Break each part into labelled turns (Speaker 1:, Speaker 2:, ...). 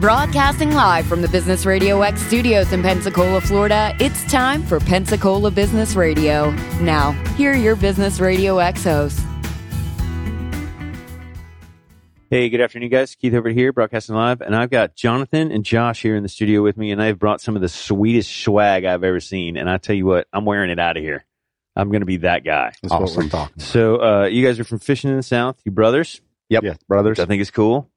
Speaker 1: Broadcasting live from the Business Radio X studios in Pensacola, Florida, it's time for Pensacola Business Radio. Now, here are your Business Radio X hosts.
Speaker 2: Hey, good afternoon, guys. Keith over here, broadcasting live, and I've got Jonathan and Josh here in the studio with me, and they've brought some of the sweetest swag I've ever seen. And I tell you what, I'm wearing it out of here. I'm going to be that guy.
Speaker 3: That's what we're talking.
Speaker 2: So, uh, you guys are from Fishing in the South, you brothers,
Speaker 3: Yep. Yeah, brothers.
Speaker 2: which I think is cool.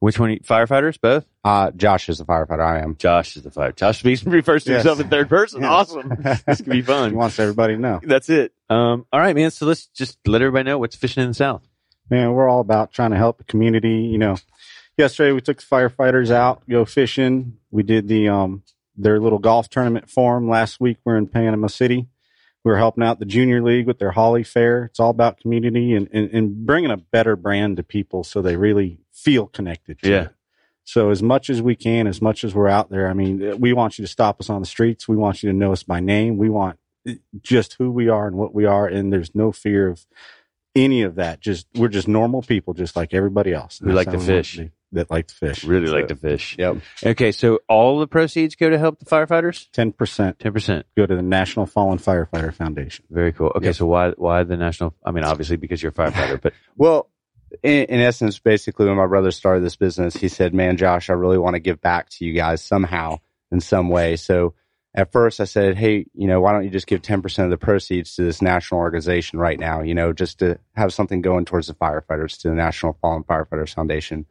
Speaker 2: Which one? Firefighters, both.
Speaker 3: Uh, Josh is the firefighter. I am.
Speaker 2: Josh is the fire. Josh speaks in first
Speaker 3: Yes.
Speaker 2: himself in third person.
Speaker 3: Yes.
Speaker 2: Awesome. This could be fun.
Speaker 3: He wants everybody to know.
Speaker 2: That's it. Um, all right, man. So let's just let everybody know what's fishing in the south.
Speaker 3: Man, we're all about trying to help the community. You know, yesterday we took the firefighters out, go fishing. We did the um their little golf tournament for 'em. last week. We're in Panama City. We were helping out the junior league with their Holly Fair. It's all about community and, and, and bringing a better brand to people so they really feel connected. To
Speaker 2: Yeah.
Speaker 3: it. So as much as we can, as much as we're out there, I mean, we want you to stop us on the streets. We want you to know us by name. We want just who we are and what we are, and there's no fear of any of that. Just we're just normal people, just like everybody else.
Speaker 2: We like
Speaker 3: That's
Speaker 2: to
Speaker 3: how want
Speaker 2: fish.
Speaker 3: be- That like to fish.
Speaker 2: Really like to fish.
Speaker 3: Yep.
Speaker 2: Okay, so all the proceeds go to help the firefighters.
Speaker 3: Ten percent
Speaker 2: Ten percent.
Speaker 3: go to the National Fallen Firefighter Foundation.
Speaker 2: Very cool. Okay,
Speaker 4: Yep.
Speaker 2: so why why the national? I mean, obviously because you're a firefighter, but
Speaker 4: Well, in, in essence, basically, when my brother started this business, he said, "Man, Josh, I really want to give back to you guys somehow, in some way." So at first, I said, "Hey, you know, why don't you just give ten percent of the proceeds to this national organization right now? You know, just to have something going towards the firefighters to the National Fallen Firefighters Foundation."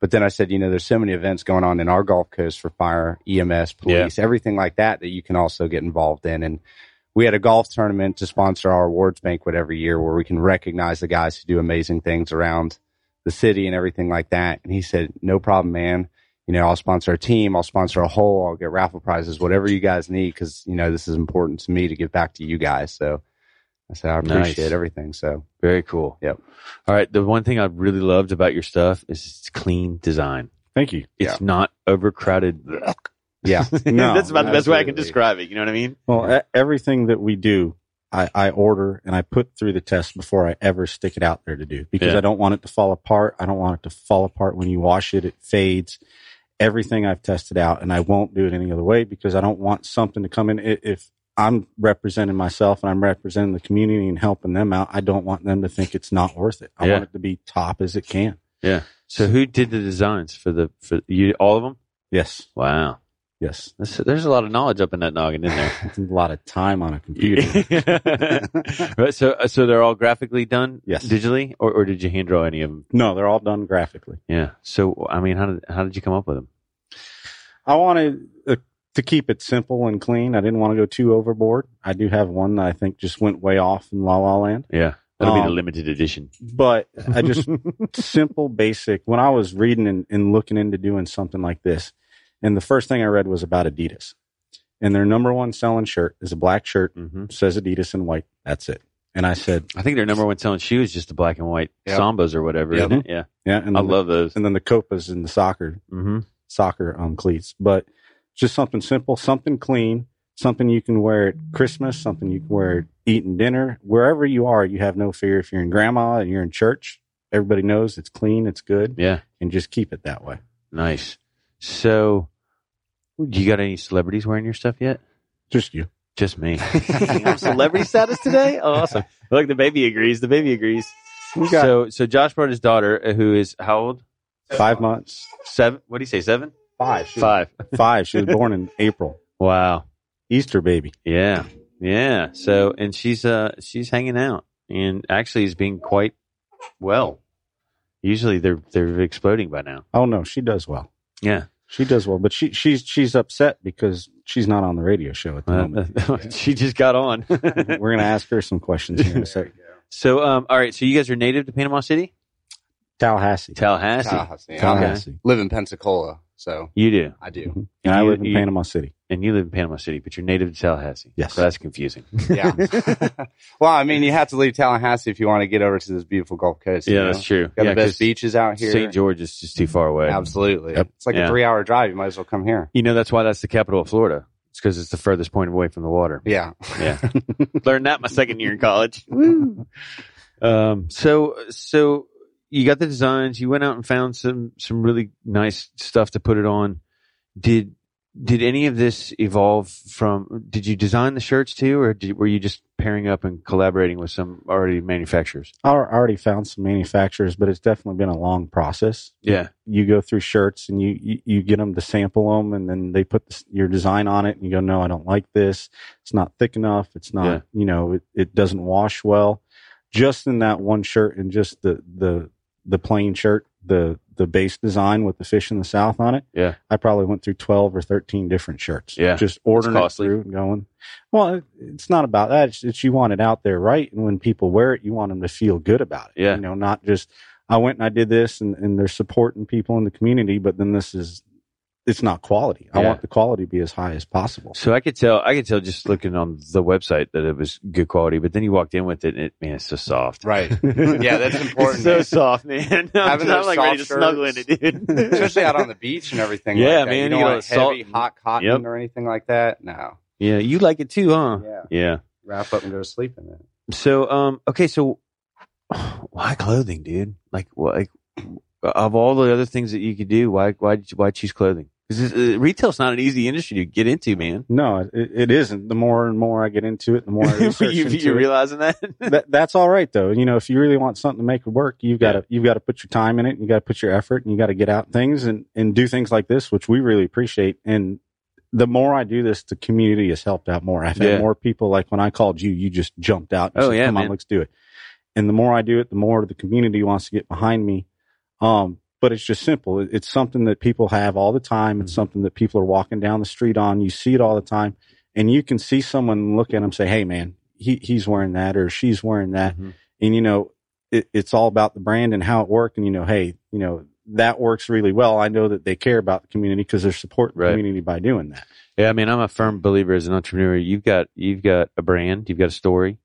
Speaker 4: But then I said, you know, there's so many events going on in our Gulf Coast for fire, EMS, police, everything like that that you can also get involved in. And we had a golf tournament to sponsor our awards banquet every year where we can recognize the guys who do amazing things around the city and everything like that. And he said, No problem, man. You know, I'll sponsor a team, I'll sponsor a hole, I'll get raffle prizes, whatever you guys need, because, you know, this is important to me to give back to you guys. So I said, I appreciate
Speaker 2: Nice.
Speaker 4: everything. So
Speaker 2: very cool.
Speaker 4: Yep.
Speaker 2: All right. The one thing I really loved about your stuff is its clean design.
Speaker 3: Thank you.
Speaker 2: It's
Speaker 4: Yeah.
Speaker 2: not overcrowded.
Speaker 4: yeah.
Speaker 3: No,
Speaker 2: that's about the best way I can
Speaker 4: absolutely. eh,
Speaker 2: describe it. You know what I mean?
Speaker 3: Well, e- everything that we do, I, I order and I put through the test before I ever stick it out there to do because
Speaker 2: Yeah.
Speaker 3: I don't want it to fall apart. I don't want it to fall apart when you wash it, it fades. Everything I've tested out, and I won't do it any other way because I don't want something to come in. I- If I'm representing myself and I'm representing the community and helping them out, I don't want them to think it's not worth it. I
Speaker 2: Yeah.
Speaker 3: want it to be top as it can.
Speaker 2: So who did the designs for the for you? All of them?
Speaker 3: Yes,
Speaker 2: Wow.
Speaker 3: yes.
Speaker 2: That's, there's a lot of knowledge up in that noggin, isn't there?
Speaker 3: It's a lot of time on a computer.
Speaker 2: right. So, uh, so they're all graphically done,
Speaker 3: Yes.
Speaker 2: digitally, or, or did you hand draw any of them?
Speaker 3: no, they're all done graphically.
Speaker 2: Yeah. So, I mean, how did how did you come up with them?
Speaker 3: I wanted uh, to keep it simple and clean. I didn't want to go too overboard. I do have one that I think just went way off in La La Land,
Speaker 2: Yeah, that'll be the
Speaker 3: Um,
Speaker 2: limited edition.
Speaker 3: but I just simple, basic. When I was reading and, and looking into doing something like this, and the first thing I read was about Adidas, and their number one selling shirt is a black shirt
Speaker 2: hmm
Speaker 3: says Adidas in white. That's it. And I said,
Speaker 2: I think their number one selling shoe is just the black and white
Speaker 4: Yep.
Speaker 2: Sambas or whatever.
Speaker 4: Yep.
Speaker 2: isn't it? Yeah,
Speaker 3: yeah, and
Speaker 2: I
Speaker 3: then the-
Speaker 2: love those.
Speaker 3: and then the copas and the soccer
Speaker 2: Mm-hmm.
Speaker 3: soccer um, cleats, but just something simple, something clean, something you can wear at Christmas, something you can wear at eating dinner, wherever you are. You have no fear if you're in grandma and you're in church. Everybody knows it's clean, it's good,
Speaker 2: Yeah,
Speaker 3: and just keep it that way.
Speaker 2: nice. So, you got any celebrities wearing your stuff yet?
Speaker 3: Just you.
Speaker 2: Just me. I'm celebrity status today. Oh, awesome. Look, the baby agrees. The baby agrees.
Speaker 3: We got
Speaker 2: So, so Josh brought his daughter, uh, who is how old?
Speaker 3: five months.
Speaker 2: Seven. What do you say? Seven.
Speaker 3: Five.
Speaker 2: Five.
Speaker 3: Five. She was born in April.
Speaker 2: Wow.
Speaker 3: Easter baby.
Speaker 2: Yeah. Yeah. So and she's uh she's hanging out and actually is being quite well. Usually they're they're exploding by now.
Speaker 3: Oh no, she does well.
Speaker 2: Yeah.
Speaker 3: She does well, but she she's she's upset because she's not on the radio show at the
Speaker 2: Uh,
Speaker 3: moment.
Speaker 2: she just got on.
Speaker 4: Mm-hmm.
Speaker 3: We're gonna ask her some questions here in a second.
Speaker 2: so um all right, so you guys are native to Panama City?
Speaker 3: Tallahassee.
Speaker 2: Tallahassee.
Speaker 4: Tallahassee. I
Speaker 2: Tallahassee.
Speaker 4: live in Pensacola, so
Speaker 2: You do.
Speaker 4: I do.
Speaker 3: And I
Speaker 2: You-
Speaker 3: live in
Speaker 2: you-
Speaker 3: Panama City.
Speaker 2: And you live in Panama City, but you're native to Tallahassee.
Speaker 3: Yes.
Speaker 2: So that's confusing.
Speaker 4: Yeah. well, I mean, you have to leave Tallahassee if you want to get over to this beautiful Gulf Coast. you
Speaker 2: yeah,
Speaker 4: know?
Speaker 2: that's true.
Speaker 4: Got
Speaker 2: yeah,
Speaker 4: the best
Speaker 2: 'cause
Speaker 4: beaches out here.
Speaker 2: St. George is just too far away.
Speaker 4: Absolutely.
Speaker 3: Yep.
Speaker 4: It's like
Speaker 2: Yeah.
Speaker 4: a three hour drive. You might as well come here.
Speaker 2: You know that's why that's the capital of Florida. It's because it's the furthest point away from the water.
Speaker 4: Yeah.
Speaker 2: Yeah, learned that my second year in college. um, so so you got the designs. You went out and found some some really nice stuff to put it on. Did did any of this evolve from? Did you design the shirts too, or did, were you just pairing up and collaborating with some already manufacturers?
Speaker 3: I al- already found some manufacturers, but it's definitely been a long process.
Speaker 2: Yeah,
Speaker 3: You go through shirts and you you, you get them to sample them, and then they put this, your design on it, and you go, no, I don't like this. It's not thick enough. It's not,
Speaker 2: Yeah.
Speaker 3: you know, it, it doesn't wash well. Just in that one shirt and just the the the plain shirt, the the base design with the fish in the south on it.
Speaker 2: Yeah.
Speaker 3: I probably went through twelve or thirteen different shirts.
Speaker 2: Yeah.
Speaker 3: just ordering it
Speaker 2: costly.
Speaker 3: through and going. Well, it- it's not about that. It's, it's you want it out there, right? And when people wear it, you want them to feel good about it.
Speaker 2: Yeah.
Speaker 3: You know, not just I went and I did this, and and they're supporting people in the community, but then this is it's not quality. I
Speaker 2: Yeah.
Speaker 3: want the quality to be as high as possible.
Speaker 2: So I could tell, I could tell just looking on the website that it was good quality, but then you walked in with it and it, man, it's so soft.
Speaker 4: Right. Yeah, that's important.
Speaker 2: It's so soft, man. I'm,
Speaker 4: Having
Speaker 2: I'm
Speaker 4: those
Speaker 2: like ready to
Speaker 4: soft
Speaker 2: snuggle in
Speaker 4: shirts.
Speaker 2: it, dude.
Speaker 4: Especially out on the beach and everything.
Speaker 2: Yeah,
Speaker 4: like that.
Speaker 2: man,
Speaker 4: You
Speaker 2: you
Speaker 4: don't
Speaker 2: get
Speaker 4: want
Speaker 2: a salt-
Speaker 4: heavy, hot cotton
Speaker 2: Yep.
Speaker 4: or anything like that. No.
Speaker 2: yeah, you like it too, huh?
Speaker 4: Yeah.
Speaker 2: yeah.
Speaker 4: Wrap up and go to sleep in it.
Speaker 2: So, um, okay, so why clothing, dude? Like, wh- like of all the other things that you could do, why, why, did you- why choose clothing? Because uh, retail's not an easy industry to get into, man.
Speaker 3: No, it, it isn't. The more and more I get into it, the more I
Speaker 2: you,
Speaker 3: research
Speaker 2: you
Speaker 3: into
Speaker 2: you
Speaker 3: it.
Speaker 2: realizing that?
Speaker 3: that, that's all right though. You know, if you really want something to make it work, you've got to you've got to put your time in it, and you got to put your effort, and you got to get out things and and do things like this, which we really appreciate. And the more I do this, the community has helped out more. I've had
Speaker 2: Yeah.
Speaker 3: more people like when I called you, you just jumped out. and
Speaker 2: Oh,
Speaker 3: said,
Speaker 2: yeah,
Speaker 3: come
Speaker 2: man.
Speaker 3: on, let's do it. And the more I do it, the more the community wants to get behind me. Um, but it's just simple. It- It's something that people have all the time.
Speaker 2: Mm-hmm.
Speaker 3: It's something that people are walking down the street on. You see it all the time, and you can see someone look at them say, "Hey, man, he he's wearing that or she's wearing that."
Speaker 2: Mm-hmm.
Speaker 3: and you know it, it's all about the brand and how it worked and you know hey you know that works really well i know that they care about the community because they're supporting
Speaker 2: Right.
Speaker 3: the community by doing that
Speaker 2: Yeah, I mean, I'm a firm believer as an entrepreneur. You've got you've got a brand, you've got a story.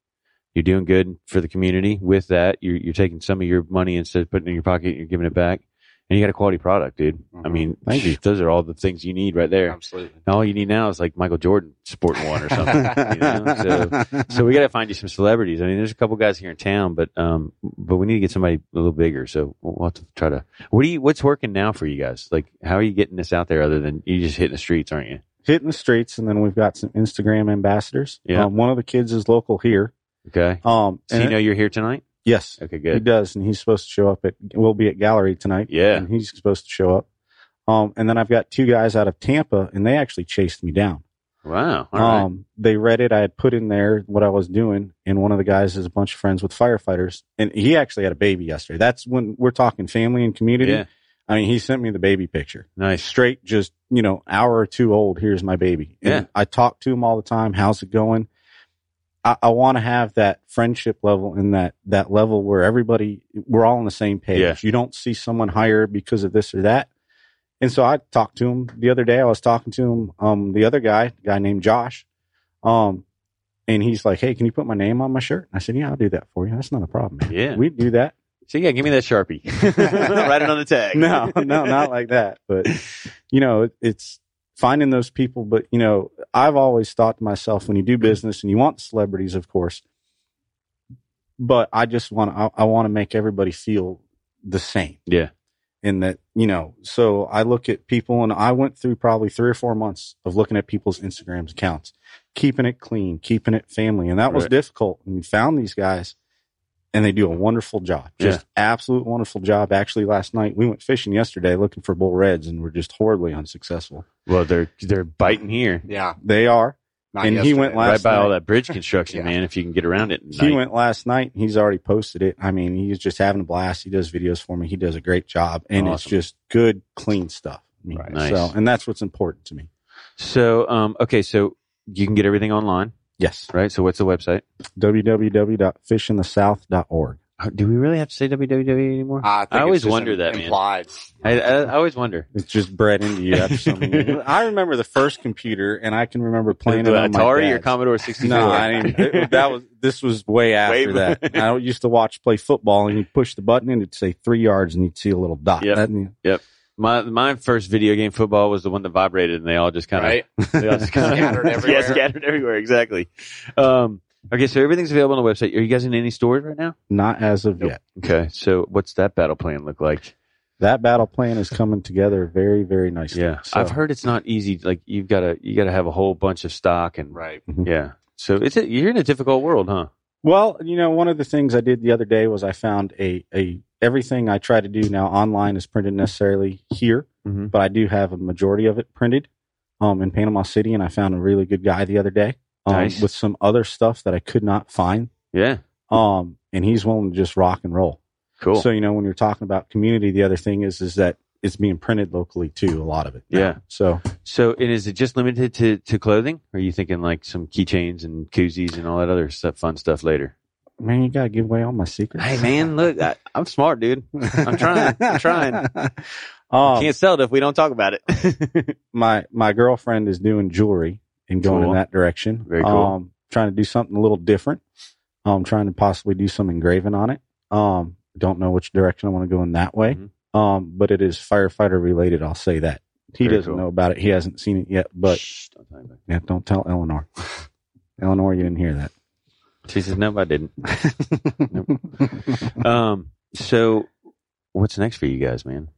Speaker 2: You're doing good for the community. With that, you're you're taking some of your money instead of putting it in your pocket, you're giving it back, and you got a quality product, dude. I
Speaker 4: Mhm.
Speaker 2: mean,
Speaker 3: Mm-hmm. Thank you.
Speaker 2: Those are all the things you need right there.
Speaker 4: Absolutely.
Speaker 2: And all you need now is like Michael Jordan sporting one or something. you know? So so we got to find you some celebrities. I mean, there's a couple guys here in town, but um, but we need to get somebody a little bigger. So we'll we'll have to try to. What do you? What's working now for you guys? Like, how are you getting this out there? Other than you just hitting the streets, aren't you?
Speaker 3: hitting the streets and then we've got some instagram ambassadors
Speaker 2: Yeah.
Speaker 3: um, one of the kids is local here
Speaker 2: Okay.
Speaker 3: um
Speaker 2: So you
Speaker 3: and-
Speaker 2: know you're here tonight.
Speaker 3: yes
Speaker 2: Okay,
Speaker 3: he
Speaker 2: good.
Speaker 3: does and he's supposed to show up at we'll be at gallery tonight
Speaker 2: Yeah.
Speaker 3: and he's supposed to show up um and then i've got two guys out of tampa and they actually chased me down
Speaker 2: Wow. All right.
Speaker 3: um, They read it. I had put in there what I was doing, and one of the guys is a bunch of friends with firefighters, and he actually had a baby yesterday. That's when we're talking family and community.
Speaker 2: Yeah.
Speaker 3: I mean, he sent me the baby picture,
Speaker 2: Nice.
Speaker 3: straight, just you know, hour or two old. Here's my baby. And
Speaker 2: Yeah.
Speaker 3: I talk to him all the time. How's it going? I, I want to have that friendship level and that that level where everybody we're all on the same page.
Speaker 2: Yeah.
Speaker 3: You don't see someone higher because of this or that. And so I talked to him the other day. I was talking to him, um, the other guy, a guy named Josh, um, and he's like, "Hey, can you put my name on my shirt?" I said, "Yeah, I'll do that for you. That's not a problem. Man.
Speaker 2: Yeah.
Speaker 3: We do that.
Speaker 2: So yeah, give me that sharpie. Write it on the tag.
Speaker 3: No, no, not like that. But you know, it, it's finding those people. But you know, I've always thought to myself, when you do business and you want celebrities, of course, but I just want I, I want to make everybody feel the same.
Speaker 2: Yeah.
Speaker 3: And that you know, so I look at people, and I went through probably three or four months of looking at people's Instagram accounts, keeping it clean, keeping it family, and that was
Speaker 2: Right.
Speaker 3: difficult. And we found these guys, and they do a wonderful job, just absolute wonderful job. Actually, last night we went fishing yesterday looking for bull reds, and we're just horribly unsuccessful.
Speaker 2: Well, they're they're biting here,
Speaker 4: Yeah.
Speaker 3: They are.
Speaker 4: Not
Speaker 3: And he went
Speaker 4: yesterday.
Speaker 3: last
Speaker 2: right by all
Speaker 3: night.
Speaker 2: that bridge construction,
Speaker 4: Yeah.
Speaker 2: man. If you can get around it. at
Speaker 3: He
Speaker 2: night.
Speaker 3: went last night. and He's already posted it. I mean, he's just having a blast. He does videos for me. He does a great job, and it's
Speaker 2: Awesome.
Speaker 3: just good, clean stuff. I mean,
Speaker 4: Right.
Speaker 2: Nice.
Speaker 3: So, and that's what's important to me.
Speaker 2: So um, okay, so you can get everything online,
Speaker 3: Yes.
Speaker 2: right? So what's the website?
Speaker 3: www.fishinthesouth.org.
Speaker 2: Uh, Do we really have to say www anymore?
Speaker 4: I, think
Speaker 2: I
Speaker 4: it's
Speaker 2: always
Speaker 4: just
Speaker 2: wonder that, man.
Speaker 4: implied.
Speaker 2: I, I, I always wonder.
Speaker 3: It's just bred into you after so many years. I remember the first computer, and I can remember playing
Speaker 2: The
Speaker 3: it on my
Speaker 2: Atari or
Speaker 3: dad's.
Speaker 2: Commodore 64?
Speaker 3: No, I didn't. it- that was this was way after
Speaker 2: before.
Speaker 3: that. I used to watch play football, and you'd push the button, and it'd say three yards, and you'd see a little dot.
Speaker 2: Yep.
Speaker 3: That-
Speaker 2: my my first video game football was the one that vibrated, and they all just kind of
Speaker 4: Right?
Speaker 2: They all just kinda-
Speaker 4: Scattered everywhere.
Speaker 2: Yeah, scattered everywhere. Exactly. Um, Okay, so everything's available on the website. Are you guys in any stores right now?
Speaker 3: Not as of
Speaker 2: Nope.
Speaker 3: yet.
Speaker 2: Okay, so what's that battle plan look like?
Speaker 3: That battle plan is coming together very, very nicely.
Speaker 2: Yeah,
Speaker 3: So-
Speaker 2: I've heard it's not easy. Like you've got to you got to have a whole bunch of stock and
Speaker 4: Right.
Speaker 2: yeah. So it's a, you're in a difficult world, huh?
Speaker 3: Well, you know, one of the things I did the other day was I found a a everything I try to do now online is printed necessarily here,
Speaker 2: Mhm.
Speaker 3: but I do have a majority of it printed um in Panama City and I found a really good guy the other day um,
Speaker 2: Nice.
Speaker 3: with some other stuff that I could not find.
Speaker 2: Yeah,
Speaker 3: Um and he's willing to just rock and roll.
Speaker 2: cool.
Speaker 3: So, you know, when you're talking about community, the other thing is is that it's being printed locally too, a lot of it. now.
Speaker 2: Yeah.
Speaker 3: So
Speaker 2: So, and is it just limited to, to clothing? Or are you thinking like some keychains and koozies and all that other stuff, fun stuff later?
Speaker 3: man, you gotta give away all my secrets.
Speaker 2: Hey, man, look, I, I'm smart, dude. I'm trying. I'm trying.
Speaker 3: Um,
Speaker 2: Can't sell it if we don't talk about it.
Speaker 3: my my girlfriend is doing jewelry and going
Speaker 2: Cool.
Speaker 3: in that direction.
Speaker 2: Very cool.
Speaker 3: Um, trying to do something a little different. Um, trying to possibly do some engraving on it. Um, don't know which direction I want to go in that way.
Speaker 2: Mhm.
Speaker 3: Um, but it is firefighter related. I'll say that he
Speaker 2: Very
Speaker 3: doesn't
Speaker 2: cool.
Speaker 3: know about it. He hasn't seen it yet. But
Speaker 2: Shh, don't talk about it.
Speaker 3: yeah, don't tell Eleanor. Eleanor, you didn't hear that.
Speaker 2: she says, nope, I didn't. Nope. Um, so what's next for you guys, man?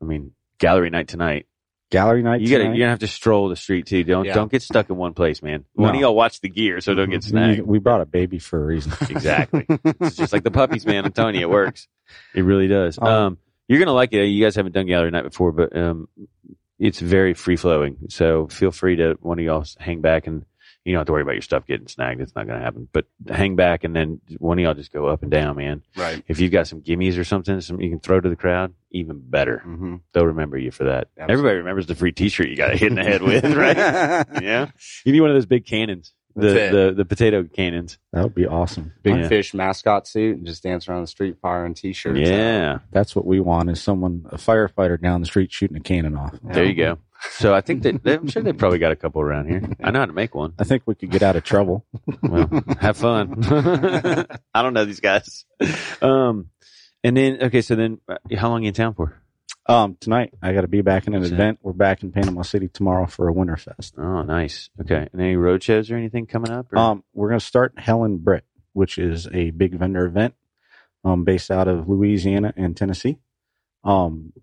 Speaker 2: I mean, gallery night tonight.
Speaker 3: Gallery night.
Speaker 2: You gotta,
Speaker 3: tonight.
Speaker 2: you're gonna have to stroll the street too. Don't,
Speaker 4: Yeah.
Speaker 2: don't get stuck in one place, man. One of
Speaker 3: No.
Speaker 2: y'all watch the gear so don't get
Speaker 3: You-
Speaker 2: snagged.
Speaker 3: We brought a baby for a reason.
Speaker 2: Exactly. it's just like the puppies, man. I'm telling you, it works. It really does.
Speaker 3: Um,
Speaker 2: Um, you're gonna like it. You guys haven't done gallery night before, but um, it's very free flowing. So feel free to one of y'all s- hang back and you don't have to worry about your stuff getting snagged. It's not gonna happen. But hang back and then one of y'all just go up and down, man.
Speaker 4: Right.
Speaker 2: If you've got some gimmies or something, some you can throw to the crowd, even better.
Speaker 4: Mm-hmm.
Speaker 2: They'll remember you for that.
Speaker 4: Absolutely.
Speaker 2: Everybody remembers the free T-shirt you got hit in the head with, right? yeah. You need one of those big cannons.
Speaker 4: That's
Speaker 2: The, the the potato cannons.
Speaker 3: That would be awesome.
Speaker 4: Big
Speaker 2: Yeah.
Speaker 4: fish mascot suit and just dance around the street fire and t-shirts.
Speaker 2: Yeah.
Speaker 3: That's what we want is someone, a firefighter down the street shooting a cannon off.
Speaker 2: There you go. So I think that they- I'm sure they probably got a couple around here. I know how to make one.
Speaker 3: I think we could get out of trouble.
Speaker 2: Well, have fun. I don't know these guys. Um, and then okay, so then uh, how long you in town for?
Speaker 3: Um, tonight I got to be back in an
Speaker 2: That's it.
Speaker 3: event. We're back in Panama City tomorrow for a Winterfest.
Speaker 2: Oh, nice. Okay, and any road shows or anything coming up? or-
Speaker 3: Um, we're gonna start Helen Britt, which is a big vendor event, um, based out of Louisiana and Tennessee. Um,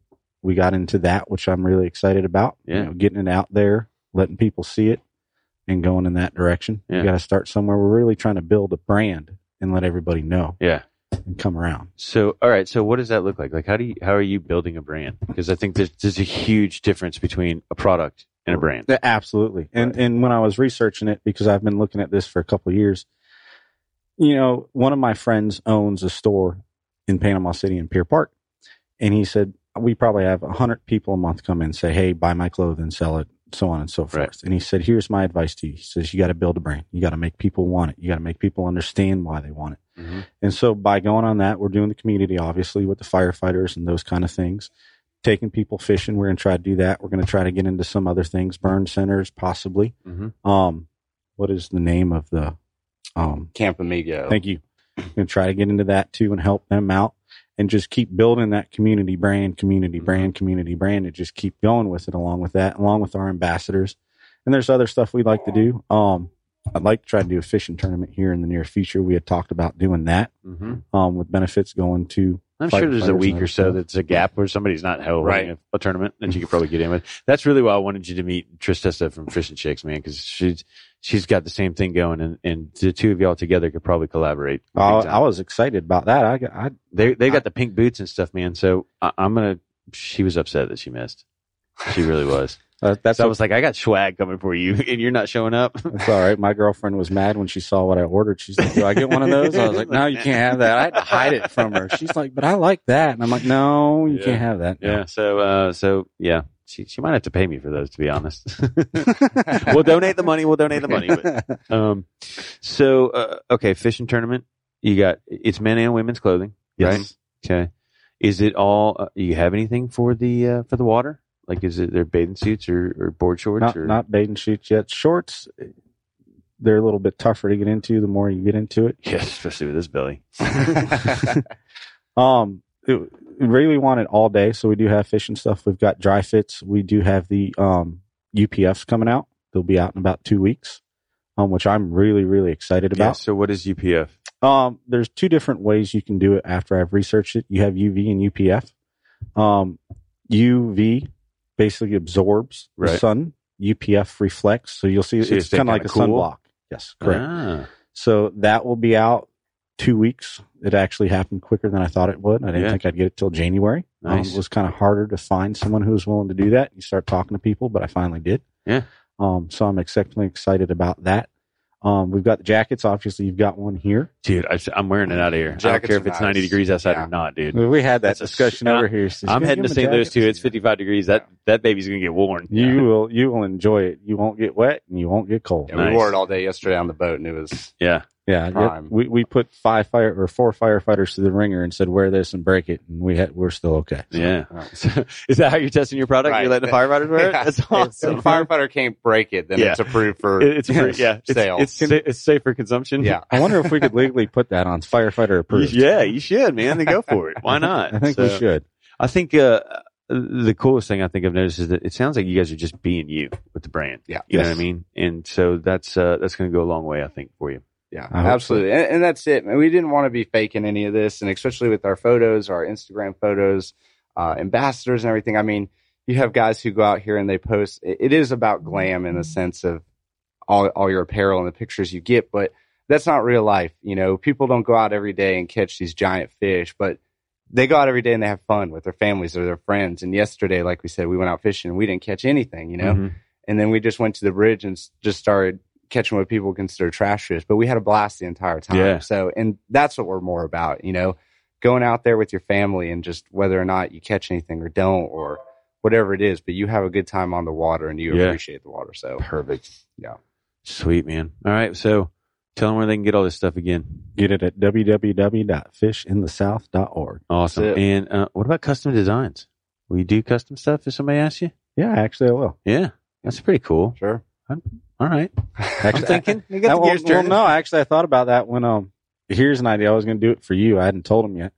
Speaker 3: we got into that, which I'm really excited about.
Speaker 2: Yeah.
Speaker 3: You know, getting it out there, letting people see it, and going in that direction.
Speaker 2: Yeah.
Speaker 3: You got to start somewhere. We're really trying to build a brand and let everybody know
Speaker 2: yeah.
Speaker 3: and come around.
Speaker 2: So all right. So what does that look like? Like how do you how are you building a brand? Because I think there's, there's a huge difference between a product and a brand.
Speaker 3: Yeah, Absolutely. And and when I was researching it, because I've been looking at this for a couple of years, you know, one of my friends owns a store in Panama City in Pier Park, and he said we probably have hundred people a month come in and say, "Hey, buy my clothes and sell it." So on and so forth.
Speaker 2: Right.
Speaker 3: And he said, Here's my advice to you. He says, You got to build a brand. You got to make people want it. You got to make people understand why they want it.
Speaker 2: Mhm.
Speaker 3: And so by going on that, we're doing the community, obviously, with the firefighters and those kind of things. Taking people fishing, we're going to try to do that. We're going to try to get into some other things, burn centers, possibly.
Speaker 2: Mhm.
Speaker 3: Um, what is the name of the? Um,
Speaker 4: Camp Amigo.
Speaker 3: thank you. We're going to try to get into that too and help them out, and just keep building that community brand, community brand, community brand, and just keep going with it along with that, along with our ambassadors. And there's other stuff we'd like to do. Um, I'd like to try to do a fishing tournament here in the near future. We had talked about doing that
Speaker 2: Mm-hmm.
Speaker 3: um, with benefits going to.
Speaker 2: I'm sure there's a
Speaker 3: firefighters
Speaker 2: week
Speaker 3: and
Speaker 2: or so
Speaker 3: stuff.
Speaker 2: that's a gap where somebody's not held
Speaker 4: Right.
Speaker 2: a, a tournament that you could probably get in with. That's really why I wanted you to meet Tristessa from Fish and Chicks, man, because she's she's got the same thing going, and, and the two of y'all together could probably collaborate.
Speaker 3: I, Uh, I was excited about that. I, got- I
Speaker 2: they they got the pink boots and stuff, man. So I, I'm gonna. She was upset that she missed. She really was.
Speaker 3: uh, that's,
Speaker 2: so I was like, I got swag coming for you, and you're not showing up.
Speaker 3: that's all right. My girlfriend was mad when she saw what I ordered. She's like, "Do I get one of those?" I was like, "No, you can't have that." I had to hide it from her. She's like, "But I like that," and I'm like, "No, you
Speaker 2: Yeah.
Speaker 3: can't have that."
Speaker 2: Yeah. So, uh, so yeah, she she might have to pay me for those, to be honest. we'll donate the money. We'll donate the money. But, um, so uh, okay, fishing tournament. You got it's men and women's clothing, right?
Speaker 3: Yes.
Speaker 2: Okay. Is it all? Uh, you have anything for the uh, for the water? Like, is it their bathing suits or, or board shorts?
Speaker 3: Not
Speaker 2: or?
Speaker 3: not bathing suits yet. Shorts, they're a little bit tougher to get into. The more you get into it,
Speaker 2: yeah, especially with this belly.
Speaker 3: Um, it, we really want it all day, so we do have fishing stuff. We've got dry fits. We do have the um UPFs coming out. They'll be out in about two weeks. um, which I'm really, really excited
Speaker 2: Yeah,
Speaker 3: about.
Speaker 2: so what is UPF?
Speaker 3: Um, there's two different ways you can do it after I've researched it. You have UV and UPF. Um, UV basically absorbs the
Speaker 2: Right.
Speaker 3: sun, UPF reflects. So you'll see
Speaker 2: So you
Speaker 3: it's
Speaker 2: stay
Speaker 3: kind of like a
Speaker 2: kinda cool?
Speaker 3: sunblock. Yes, correct.
Speaker 2: Ah,
Speaker 3: So that will be out two weeks. It actually happened quicker than I thought it would. I didn't
Speaker 2: Yeah.
Speaker 3: think I'd get it till January. Um,
Speaker 2: Nice.
Speaker 3: it was kind of harder to find someone who was willing to do that. You start talking to people, but I finally did.
Speaker 2: Yeah.
Speaker 3: Um, so I'm exceptionally excited about that. Um, we've got the jackets. Obviously, you've got one here.
Speaker 2: dude, I, am wearing it out of here. I don't
Speaker 4: Jackets
Speaker 2: care
Speaker 4: are
Speaker 2: if it's
Speaker 4: nice.
Speaker 2: 90 degrees outside
Speaker 4: Yeah.
Speaker 2: or not, dude.
Speaker 3: We had that
Speaker 2: That's a
Speaker 3: discussion
Speaker 2: sh-
Speaker 3: over here. She's
Speaker 2: I'm
Speaker 3: gonna
Speaker 2: heading to
Speaker 3: give him
Speaker 2: St.
Speaker 3: a
Speaker 2: Louis
Speaker 3: jacket.
Speaker 2: too. It's 55 degrees. That that baby's gonna get worn.
Speaker 3: You will you will enjoy it. You won't get wet and you won't get cold.
Speaker 4: Yeah,
Speaker 3: Yeah,
Speaker 2: Nice.
Speaker 4: We wore it all day yesterday on the boat, and it was
Speaker 2: yeah.
Speaker 3: yep.
Speaker 4: Prime.
Speaker 3: we we put five fire or four firefighters to the ringer and said wear this and break it, and we had we're still okay. So-
Speaker 2: Yeah. uh, is that how you're testing your product?
Speaker 4: Right.
Speaker 2: You're letting the firefighters wear it? That's
Speaker 4: If
Speaker 2: awesome.
Speaker 4: the firefighter can't break it, then
Speaker 2: Yeah.
Speaker 4: it's approved for
Speaker 2: It- it's free, yeah. It's,
Speaker 4: sale.
Speaker 2: it's, sa- it's safe for consumption.
Speaker 4: yeah.
Speaker 3: I wonder if we could legally put that on firefighter approved.
Speaker 2: Yeah, you should, man. Then go for it. Why not?
Speaker 3: I think
Speaker 2: So-
Speaker 3: we should.
Speaker 2: I think uh, the coolest thing I think I've noticed is that it sounds like you guys are just being you with the brand.
Speaker 4: Yeah.
Speaker 2: You know
Speaker 4: Yes.
Speaker 2: what I mean? And so that's uh, that's going to go a long way, I think, for you.
Speaker 4: Yeah,
Speaker 3: I hope so.
Speaker 4: absolutely. And, and that's it. man. We didn't want to be faking any of this. And especially with our photos, our Instagram photos, uh, ambassadors and everything. I mean, you have guys who go out here and they post. It, it is about glam in the sense of all, all your apparel and the pictures you get, but that's not real life. You know, people don't go out every day and catch these giant fish, but they go out every day and they have fun with their families or their friends. And yesterday, like we said, we went out fishing and we didn't catch anything, you know?
Speaker 3: Mm-hmm.
Speaker 2: Mhm.
Speaker 4: and then we just went to the bridge and s- just started catching what people consider trash fish but we had a blast the entire time
Speaker 2: Yeah.
Speaker 4: so and that's what we're more about you know going out there with your family and just whether or not you catch anything or don't or whatever it is but you have a good time on the water and you
Speaker 2: Yeah.
Speaker 4: appreciate the water so
Speaker 2: Perfect.
Speaker 4: Yeah.
Speaker 2: Sweet, man. All right. So tell them where they can get all this stuff again.
Speaker 3: Get it at www.fishinthesouth.org.
Speaker 2: Awesome.
Speaker 4: That's it.
Speaker 2: And uh, what about custom designs? Will you do custom stuff if somebody asks you?
Speaker 3: Yeah, actually, I will.
Speaker 2: Yeah. That's pretty cool.
Speaker 4: sure
Speaker 2: All right. I'm thinking. You got
Speaker 3: That-
Speaker 2: the
Speaker 3: well,
Speaker 2: gears
Speaker 3: well,
Speaker 2: turning.
Speaker 3: no, actually, I thought about that when um. Here's an idea. I was going to do it for you. I hadn't told him yet.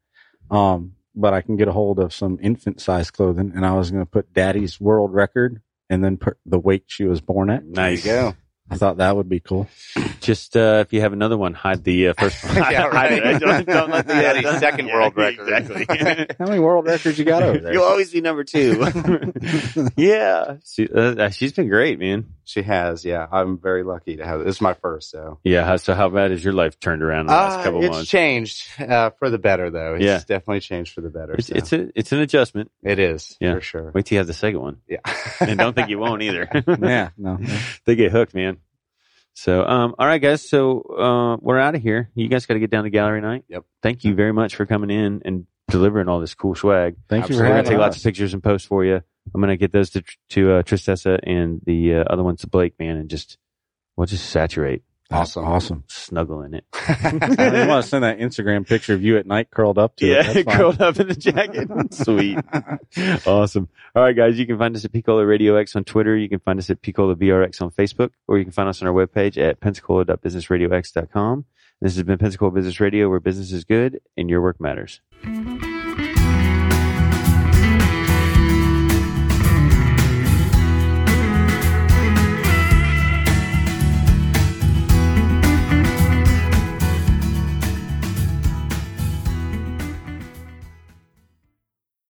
Speaker 3: Um, but I can get a hold of some infant size clothing, and I was going to put Daddy's world record, and then put the weight she was born at.
Speaker 2: Nice.
Speaker 4: there you go
Speaker 3: I thought that would be cool.
Speaker 2: Just uh, if you have another one, hide the uh, first one.
Speaker 4: Yeah,
Speaker 2: Hide
Speaker 4: right.
Speaker 2: it. Don't, don't let the
Speaker 4: Daddy's
Speaker 2: uh,
Speaker 4: second
Speaker 2: yeah,
Speaker 4: world record.
Speaker 2: Exactly. Oh,
Speaker 3: How many world records you got over there?
Speaker 2: You'll always be number two. yeah, she, uh, she's been great, man.
Speaker 4: she has yeah i'm very lucky to have this is my first so
Speaker 2: Yeah. how- So how bad has your life turned around in the last
Speaker 4: Uh,
Speaker 2: couple
Speaker 4: it's
Speaker 2: months?
Speaker 4: changed uh, for the better though it's
Speaker 2: Yeah.
Speaker 4: definitely changed for the better
Speaker 2: It's,
Speaker 4: so.
Speaker 2: it's a it's an adjustment.
Speaker 4: it is
Speaker 2: Yeah.
Speaker 4: for sure
Speaker 2: Wait till you have the second one,
Speaker 4: yeah
Speaker 2: and don't think you won't either.
Speaker 3: yeah, no.
Speaker 2: they get hooked, man. So, um, all right, guys. So uh, we're out of here. You guys got to get down to gallery night.
Speaker 4: Yep.
Speaker 2: Thank you very much for coming in and delivering all this cool swag.
Speaker 3: Thank you for
Speaker 4: Absolutely.
Speaker 2: We're
Speaker 3: having
Speaker 2: gonna take
Speaker 3: us.
Speaker 2: lots of pictures and posts for you. I'm gonna get those to to uh, Tristessa and the uh, other ones to Blake, man, and just we'll just saturate,
Speaker 4: Awesome.
Speaker 3: Awesome.
Speaker 2: snuggle in it.
Speaker 3: I really want to send that Instagram picture of you at night curled up to
Speaker 2: yeah,
Speaker 3: it. That's fine.
Speaker 2: curled up in the jacket. Sweet. awesome. All right, guys, you can find us at Picola Radio X on Twitter. You can find us at Picola VRX on Facebook, or you can find us on our webpage at pensacola.businessradiox.com. This has been Pensacola Business Radio, where business is good and your work matters.